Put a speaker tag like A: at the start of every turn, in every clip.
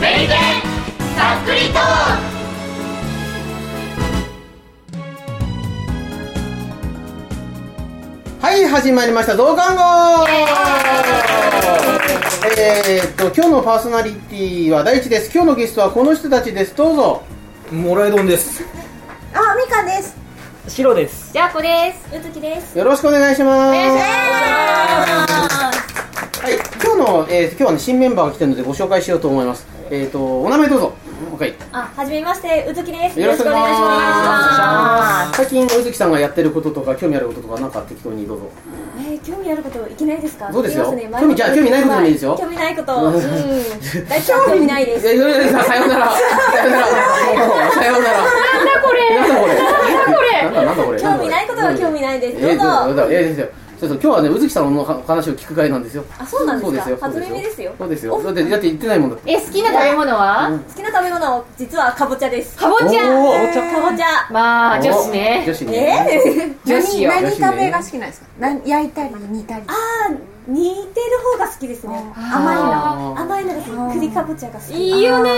A: メリケンざっくりトー
B: はい、始まりました、増刊号えーっと、今日のパーソナリティは第一です。今日のゲストはこの人たちです。どうぞ。
C: もらい丼です。
D: あ、みかんです。
E: 白です。
A: じゃあこです
D: ゆずきです。
B: よろしくお願いします。
D: は
B: はい、今日の、えー今日はね、新メンバーが来てるのでご紹介しようと思います。えーっと、お名前どうぞ。はい。
D: じめまして、うずきです。
B: よろしくお願いしま
D: よ
B: す。最近、小月さんがやってることとか、興味あることとか、なんか適当にどうぞ。
D: ろしくお願いします。えー、興味あることいけないですか。
B: そうですよ
D: いきますね
B: 興味じゃあ興味ないことでもいいですよ
D: 興味ないこと。うん。大丈夫興味ないで
B: いや
D: す。
B: いやいやさようなら。さようなら。もうさようなら。なんだこれ。なんだこれ。
D: 興味ないことは興味ないです。どう
B: え
D: ぞ。
B: ー、いやいやいやちょっと今日はね、宇月さんのお話を聞く会なんですよ。
D: あ、そうなんで
B: そうですす
D: か
B: よ。。
D: 初耳ですよ。
B: そ
D: 好
B: うですよ。だって、だって言ってないもんだって。
A: え好きな食べ物は
D: きな食べ物は実はかぼちゃです。
A: か
D: か
A: ぼちゃ
B: おー
D: ぼちゃ。
A: まあ女子
B: 女
A: ね
B: 子ね。
D: えー、
A: 女子よ
B: 何食べが好
F: 好きなんですかなん焼いたり煮たり
D: あー、似てる方が好きですね。
F: 甘いの
B: の
D: 甘いのが好き。栗かぼちゃが好き。
A: いいよね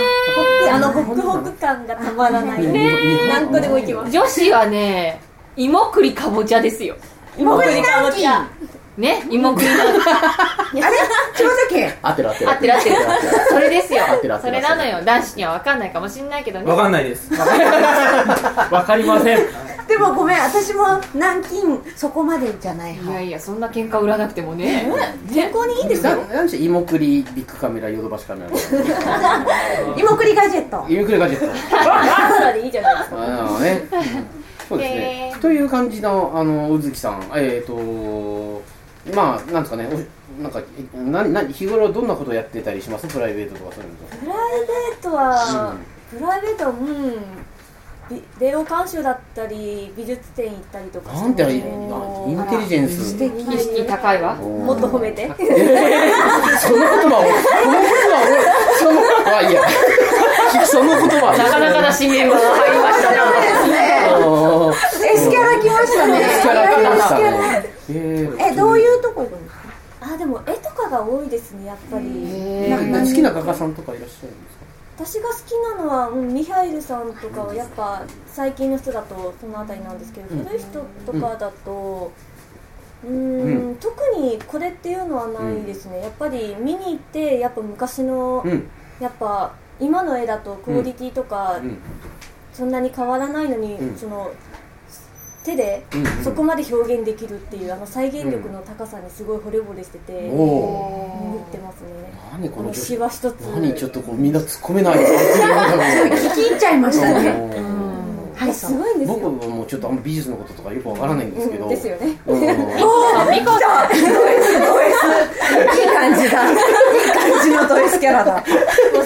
D: ホクあのホクホク感がたまらない。何個でもいきます。
A: 女子はね芋栗かぼちゃですよ
D: 芋栗かぼちゃ。
A: ね芋栗の
F: 黒崎
B: 合ってる合ってる。
A: 合ってる合ってる
B: 合ってる
A: それですよ
B: 合ってる合っ
A: そ
B: てる合
A: れ
B: ってる
A: なのよ男子には分かんないかもしんないけどね
C: わかんない です。
E: わかりません。
F: でもごめん私も南京そこまでじゃない
A: いや
F: 派
A: いやそんな喧嘩売らなくてもね
D: 健康にいいんです
B: な
D: よ。
B: なんし芋栗ビッグカメラヨドバシカメラ
F: 芋栗ガジェット
B: 芋栗ガジェット
D: サラダでいいじゃないですか。
B: あのねそうですね、という感じのあの宇月さんえっ、ー、とまあなんですかねおなんかえなな日頃どんなことやってたりしますプライベートとかそういうの
D: プライベートは、プライベートは、うん。ビレオ監修だったり美術展行ったりとか
B: なんて
D: ます
B: イ
D: ね
B: ンテリジェンス
F: 敵
A: 意識高いわ
B: も
D: もっと褒めて
B: その言葉をその言葉をそのあいいやその言葉
A: なかなかな新メンバーが入りましたね
B: おー
F: S キャラ来ましたね
B: スキャラ来ました
F: 意外と S キャラ
B: ねえ
F: えどういうとこ行くんですか
D: あでも絵とかが多いですねやっぱり、
B: えー好きな画家さんとかいらっしゃるんですか
D: 私が好きなのは、うん、ミハイルさんとかはやっぱ最近の人だとそのあたりなんですけど、
B: うん
D: 古い人とかだとうーん
B: う
D: 特にこれっていうのはないですね、やっぱり見に行ってやっぱ昔の、
B: うん
D: やっぱ今の絵だとクオリティとか
B: うん
D: そんなに変わらないのに、
B: うん
D: その手で
B: うんうん
D: そこまで表現できるっていうあの再現力の高さにすごい惚れ惚れして
B: お
D: て、見
B: お
D: 入ってますね
B: 何こ
D: こ
B: の
D: の
B: 女子
D: シワ一つ
B: 何ちょっとこうみんな突っ込めない
F: 聞き入っちゃいましたねはい
D: すごいんです
B: 僕
D: よ
B: はもうちょっとあんま美術のこととかよくわからないんですけど、
D: うんですよね
B: うん
A: ミカさん
F: いい感じだいい感じのド S キャラだ
D: 申し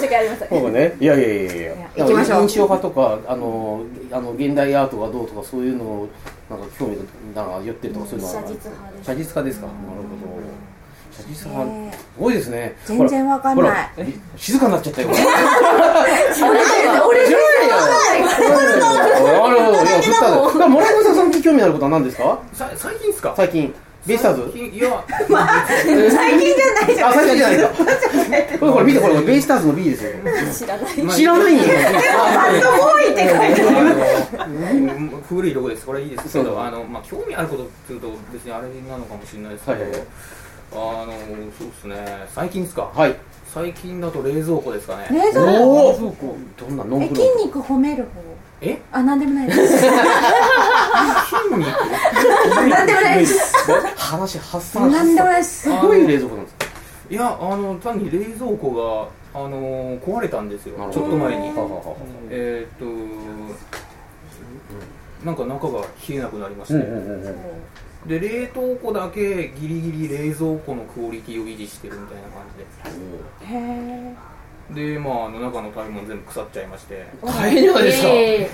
D: 訳ありません
B: 僕ねいやいやいやいや
F: いや行きましょう
B: 印象派とかあのあの現代アートがどうとかそういうのをなんか興味がなんか寄ってるとかそういうのは
D: 写実派です
B: 写実派ですかなるほど写実派多いですね
F: 全然わかんない
B: ほらほら静かになっちゃったよ
F: 俺
B: 知らないよ。なるほど。いや、振ったの。だから、モライゴさん、最近興味あることは何ですか
C: さ最近ですか。
B: 最近。ベイスターズ
C: 近いや
F: 最近じゃないじゃ
B: あ、
F: ん
B: 最近じゃない か。これ、これ、見て、これ、ベイスターズの B ですよ。
D: 知らない
B: 知らないんだよ。
C: あの古いとこです。これいいですけ
B: そう
C: ど、あのまあ興味あることっていうと別にあれなのかもしれないですけ
B: はいはいはい
C: ど、あのそうですね。最近ですか。
B: はい。
C: 最近だと冷蔵庫ですかね。
F: 冷蔵庫
B: おお。どんなノン
F: え
B: フ
F: 筋
B: ロン
F: 肉褒める方
C: え
F: あなんでもないです
C: 筋肉。
F: なんでもないです
B: 話発散
F: なんでもないです
B: どういう冷蔵庫なんですか
C: いやあの単に冷蔵庫があの壊れたんですよ
B: なる。ほ
C: ち
B: ど
C: ょっと前に。
B: はははは
C: えーっと。なんか中が冷えなくなりまし
B: うん
C: たね、
B: うんうんうん。
C: で冷凍庫だけギリギリ冷蔵庫のクオリティを維持してるみたいな感
F: へえ
C: じででまああの中の食べ物全部腐っちゃい まして
B: 大変じゃないですか。
A: え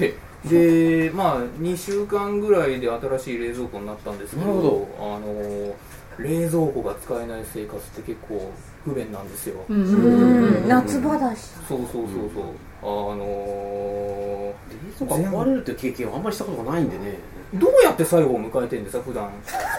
A: え
C: でまあ2週間ぐらいで新しい冷蔵庫になったんですけど
B: なるほど
C: あの冷蔵庫が使えない生活って結構不便なんですよ、
A: うんうん
F: うん夏場だし
C: そうそうそうそう、あ
B: 冷蔵庫が壊
C: の
B: れるっていう経験はあんまりしたことがないんでね。
C: どうやって最後を迎えてるんですか普段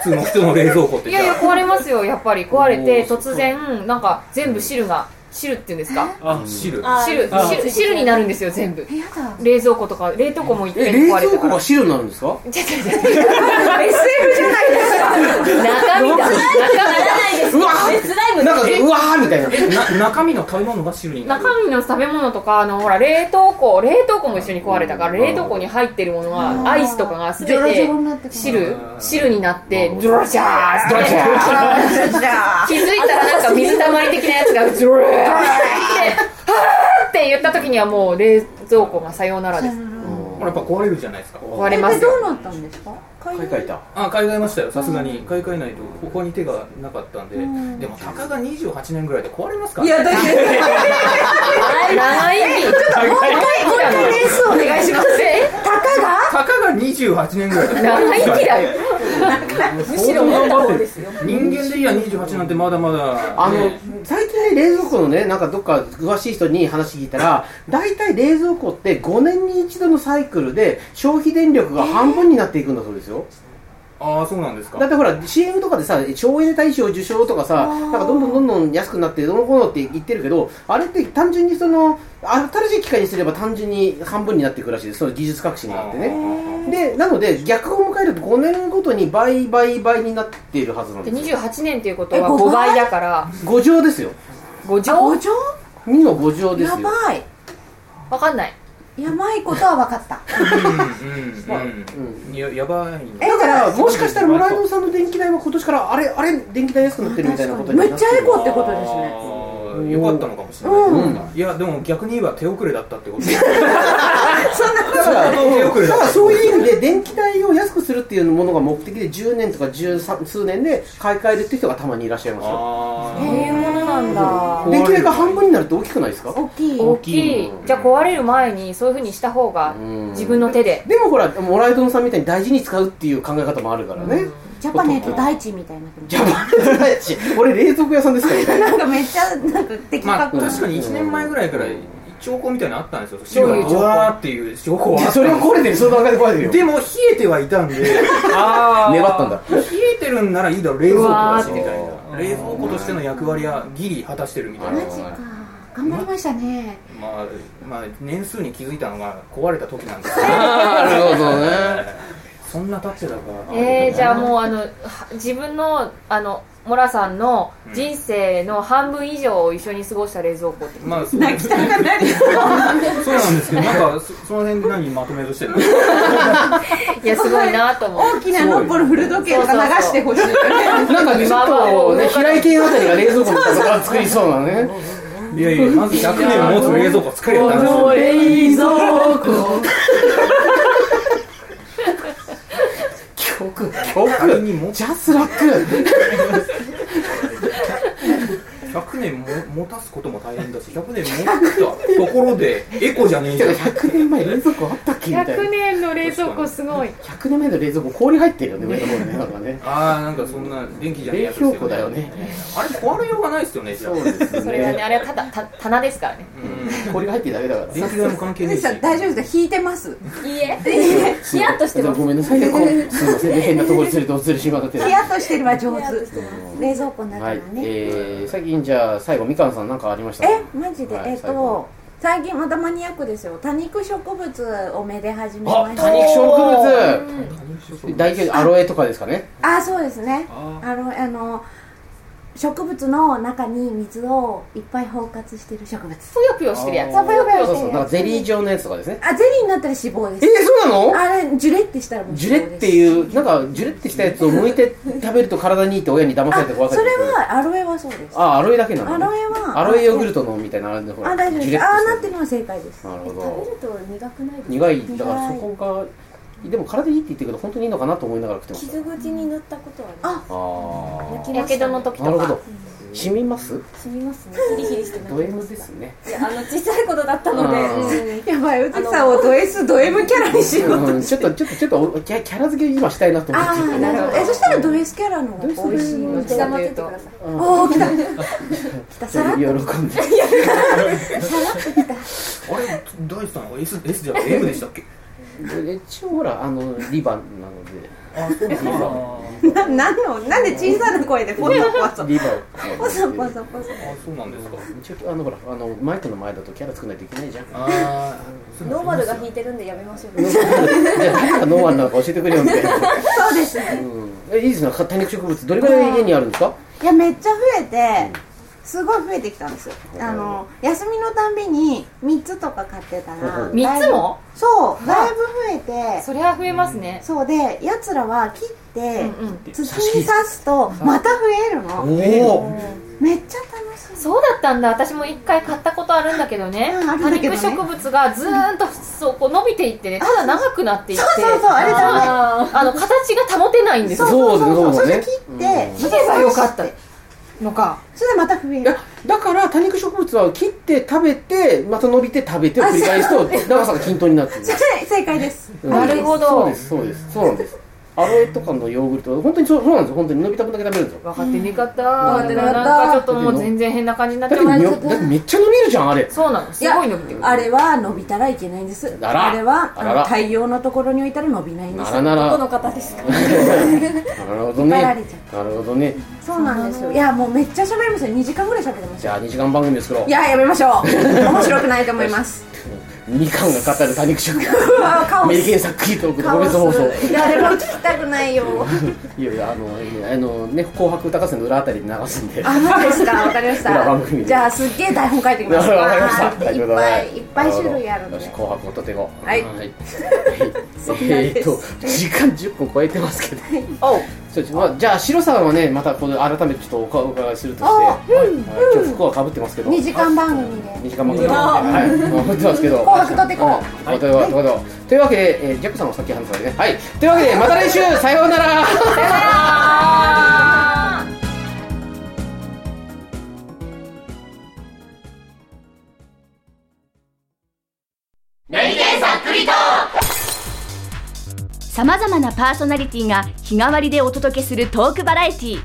C: 普通の人の冷蔵庫って
A: い
C: じゃ
A: や
C: あ
A: いや壊れますよやっぱり壊れて
B: おー
A: 突然なんか全部汁が汁っていうんですか
E: あ、
C: 汁
D: あー
A: 汁
E: あ
A: 汁汁になるんですよ全部
F: えやだ
A: 冷蔵庫とか冷凍庫も一
B: え
A: 遍
B: 冷
A: 壊れ
B: 蔵
A: た
B: 庫
A: から
B: が汁になるんですか
A: 違う違う違う
F: SF じゃないですか
A: 中身だ
D: ならないです
B: うわ
D: えスライム
B: なんかうわーみたいな
C: な中身の食べ物が汁になる
A: 中身の食べ物とかあのほら冷凍庫冷凍庫も一緒に壊れたから冷凍庫に入ってるものはアイスとかが全
F: ジョロジョ
A: て
F: ロになってくる
A: 汁汁になってジョロジャージョロジャー
F: じゃあ
A: 気づいたらなんか水たまり的なやつがジョロジャーってはーって言った時にはもう冷蔵庫がさようならです
C: ほらやっぱ壊れるじゃないですか
A: 壊れ
F: え
A: ま
F: ですど
A: よ
F: うなったんですか
B: 買い替えた
C: あ買い替えましたよさすがに買い替えないとここに手がなかったんで、でもたかが28年ぐらいで壊れますから、
F: いやだって
A: 長いちょっと
F: もう一回レースお願いします
A: え
F: たかが
C: たかが28年ぐらいで 壊れ
A: 長
C: ます
A: 生
C: から
A: きだよ
F: むしろ思った方ですよ
C: 人間でいや28なんてまだまだ
B: あの、
C: ね
B: 大体冷蔵庫のね、なんかどっか詳しい人に話聞いたら、大体冷蔵庫って5年に一度のサイクルで消費電力が半分になっていくんだそうですよ。
C: ああそうなんですか
B: だってほら、CM とかでさ、省エネ大賞受賞とかさ、なんかどんどんどんどん安くなって、どうのこうのって言ってるけど、あれって単純にその、新しい機械にすれば単純に半分になっていくらしいです。その技術革新があってね。で、なので逆を迎えると5年ごとに倍倍倍になっているはずなん
A: で
B: ですよ。
A: 28年っていうことは5倍だから
B: 5乗ですよ。
A: 5
F: お
A: 乗
F: 嬢
B: 2の5乗です
F: や
B: よ。
F: ばい
A: わかんない
F: やばいことは分かった
C: うんうんうんややばいの
F: え
B: だから、もしかしたら村井のさんの電気代は今年からあれ、あれ、電気代安くなってるみたいなことにな
F: め
B: って
F: っちゃエコってことですね
C: あーよかったのかもしれない、
B: うん
C: いやでも逆に言えば手遅れだったってこと
F: そんな
B: だから、
C: 手遅れ
B: だから
C: だった
B: そういう意味で、電気代を安くするっていうものが目的で、10年とか十三数年で買い替えるって人がたまにいらっしゃいますよ。
C: あ
A: そういうものなんだ
B: 電気代が半分になるって大きくないですか
F: 大きい
A: 大きいじゃあ壊れる前にそういうふうにした方が
B: うん
A: 自分の手で
B: でもほら、もらいどんさんみたいに大事に使うっていう考え方もあるからね。
F: ジャパネット大地みたいな
B: じゃあ、俺、冷蔵庫屋さんですからね。
F: なんかめっちゃなんか的
C: まあ
F: 確
C: 確かに1年前ぐらいから兆候みたいなのあったんですよ汁がうわーっていう兆候はあった
B: それを壊れてる、その段階で壊れてるよ。
C: でも冷えてはいたんで
E: あー
B: 粘ったんだ。
C: 冷えてるんならいいだろ冷蔵庫だ
A: う
C: し
A: わー
C: みたいな冷蔵庫としての役割はギリ果たしてるみたいな
F: マジか頑張りましたね
C: まあ、まあ、年数に気づいたのが壊れた時なんですけ
B: なるほどね。
C: どそんな経ってたから
A: えー、じゃあもうあのは自分のあのモラさんの人生の半分以上を一緒に過ごした冷蔵庫って、
C: まあ、そうですねそうなんですけど、なんか、そその辺で何まとめとしてるの
A: いやすごいなと思う
F: 大きなノッポの古時計とか流してほしい
B: なんかね、ちょっとね、平井堅あたりが冷蔵庫のとか作りそうなね。
C: いやいや、まず100年持つ冷蔵庫作れたんですよ。
B: 冷蔵庫。曲、
C: 仮
B: 曲。
C: にも
B: ジャスラック。
C: 100年も持たすことも大変だし、100年持ったところで、エコじゃねえじゃん。
B: 100年前冷蔵庫あったっけみたいな。
A: 100年の冷蔵庫すごい
B: 100年前の冷蔵庫氷入ってるよね、上の方にね。なんかね。
C: ああ、なんかそんな電気じゃねえやつです
B: 冷蔵庫だよね。
C: あれ、壊れようがないですよね、じゃあ。
B: で
A: それはね。あれはただた棚ですからね
C: うん
B: 氷が入ってるだけだから。
C: 電気代も関係ねえし。
F: 大丈夫ですか引いてます
A: いいえ
B: ヒヤッとしてごめんなさいね、こうすみませんね、変なところに連れてお連れしまって。
F: ヒヤッとしてれば上手
D: 冷蔵庫の中
B: は
D: の
B: い、
D: ね、
B: えー、最近じゃあ最後みかんさんなんかありましたか
D: えマジで、
B: はい
D: えっ
B: 最後
D: と最近またマニアックですよ多肉植物をめで始め
B: あ
D: まし
B: 多
D: た
B: 肉植
C: 夫
B: 物大丈夫アロエとかですかね
D: あそうですね
C: あ
D: あのあの植物の中に水をいっぱい包括してる植物
A: ぷよぷよしてるやつ
D: あーぷよぷよ
B: そうそうなんかゼリー状のやつとかですね
D: あゼリーになったら脂肪
B: えー
D: です、
B: そうなの
D: あれジュレってしたらもう
B: ジュレ
D: 脂肪
B: っ
D: です
B: ていうなんかジュレってしたやつを剥いて食べると体にいいって親に騙されて怖
D: あ
B: か
D: そ
B: った
D: れはアロエはそうです
B: あアロエだけな
D: ア
B: の
D: ロ
B: ね
D: エは
B: アロエヨーグルトのみたいなあれでほら
D: あ大丈夫
B: ジュ
D: で
B: レ
D: す
B: ッと
D: ああ
B: した
D: な
B: や
D: っ
B: つ
D: てるのは正解です
B: なるほ
D: 食べ
B: ど
D: ると苦くないです
B: 苦いだから
D: 苦
B: そ
D: い
B: こがでも体にいいって言ってるけど本当にいいのかなと思いながら食ってました
D: 傷口に塗ったことはあ
B: あ
D: 焼き
A: やけどの時
B: あな
A: と
B: るほ
A: か
B: ど染みます
D: 染みますねヒリヒリしてな
B: ド M ですね
D: いやあの小さいことだったので、
B: うん
D: うん
F: やばい、うちさんをド S、ド M キャラにしよう
B: うんちょっとちょっとちょっとおキャキャラ付け今したいなと思って
D: ああなるほどえそしたらド S キャラの方が美味しいの
A: ド
D: で
A: S
D: 黙っててください
B: うん
D: おお来た来たさらっと
B: 喜んで
C: あれ、大地さんは S, S じゃなくて M でしたっけ
B: 一応ほらあのリバなので
C: あそうですか
F: な何をなんで小さな声でポソポソ
B: リバ
F: ポソポソポソ
C: あそうなんですか
B: 一応あのほらあのマイクの前だとキャラ作らないといけないじゃん
C: ああ
D: ノーマルが引いてるんでやめましょう
B: じゃあ誰がノーマルなのか教えてくれよみたいな、
F: そうです
B: うん、えいいですね多肉植物どれぐらい家にあるんですか
F: いやめっちゃ増えてすごい増えてきたんですよあの休みのたんびに3つとか買ってたら
B: うん
A: 3つも
F: そうだいぶ増えて
A: そりゃ増えますね
F: そうでやつらは切って、
A: うんうん
F: 土に刺すとまた増えるの
B: おお
F: めっちゃ楽しい
A: そうだったんだ私も一回買ったことあるんだけどね
F: うんあるん
A: 多
F: だけ
A: 肉
F: どね
A: 植物がずーんとそうこう伸びていってねただ長くなっていって
F: そうそうそうあれダメ
A: あーあの形が保てないんです
F: そ
A: よ
F: うそうそう
B: そ
F: そう
B: だ
F: うそ
B: ね
F: れ切って
A: 切ればよかった
F: それ
A: のか
F: でまた増え
B: いや
F: る
B: だから多肉植物は切って食べてまた伸びて食べてを繰り返すと長さが均等になってる
F: それ正解です
B: うん
A: なるほど
B: そうですそうですそうなんですアロエとかのヨーグルト本当にそうそうなんですよ本当に伸びた分だけ食べるんですよ
A: 分かってなかった
F: 分かってな
A: な
F: か
A: ん
F: った
A: かちょっともう全然変な感じになっ
B: だ
A: ち
B: っ
A: ゃ
B: て
A: う
B: みょだってめっちゃ伸びるじゃんあれ
A: そうなのすごい伸びてくる
F: あれは伸びたらいけないんです
B: あら
F: あれは
B: あらら
F: あの太陽のところに置いたら伸びないんで
B: な
F: す
B: らなら
D: どこ
B: な
D: の方で すか
B: るほど
F: 引
B: ね
F: っ張られちゃ
B: なるほどね
F: そうなんですよいやもうめっちゃ喋りましたよ2時間ぐらい喋ってまし
B: じ
F: た
B: ゃあ2時間番組ですけど
F: いややめ ましょう面白くないと思います
B: みかんが語る多肉食
F: うわ顔
B: アメリケンサックリートークの
F: 顔
B: 個別放送
F: す誰も聞きたくないよ
B: いやいやあのいやあのね紅白歌合戦の裏あたりに流すん で
F: あそうですかわかりまし
B: 裏番組
F: た
B: で
F: じゃあすっげえ台本書いてきま
B: わ
F: す
B: かりました。大
F: い
B: 丈
F: っ
B: 夫
F: ぱ
B: だね
F: いいっぱい種類あるん
B: よ
F: で
B: し、紅白をとてこ。
F: はい
B: はい。
F: そうなん
B: えー
F: です
B: と、時間10分超えてますけ ど。そうですまあじゃあ、白さんはね、またこの改めてちょっとおかお伺いするとして、はいはい今日服はかぶってますけど、
F: 2
B: 2
F: 時間番組で
B: 時間もかぶってますねはい、かぶってますけど。
F: 紅白とてこ
B: はいというわけでというわけでというわけで、えージャックさんもさっき話したわけね。はい。というわけで、また来週さようなら
G: さまざまなパーソナリティが日替わりでお届けするトークバラエティ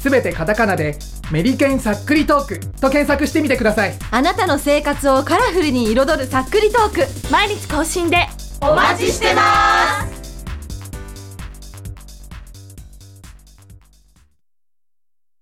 H: すべてカタカナで「メリケンさっくりトーク」と検索してみてください
G: あなたの生活をカラフルに彩るさっくりトーク毎日更新でお待ちしてます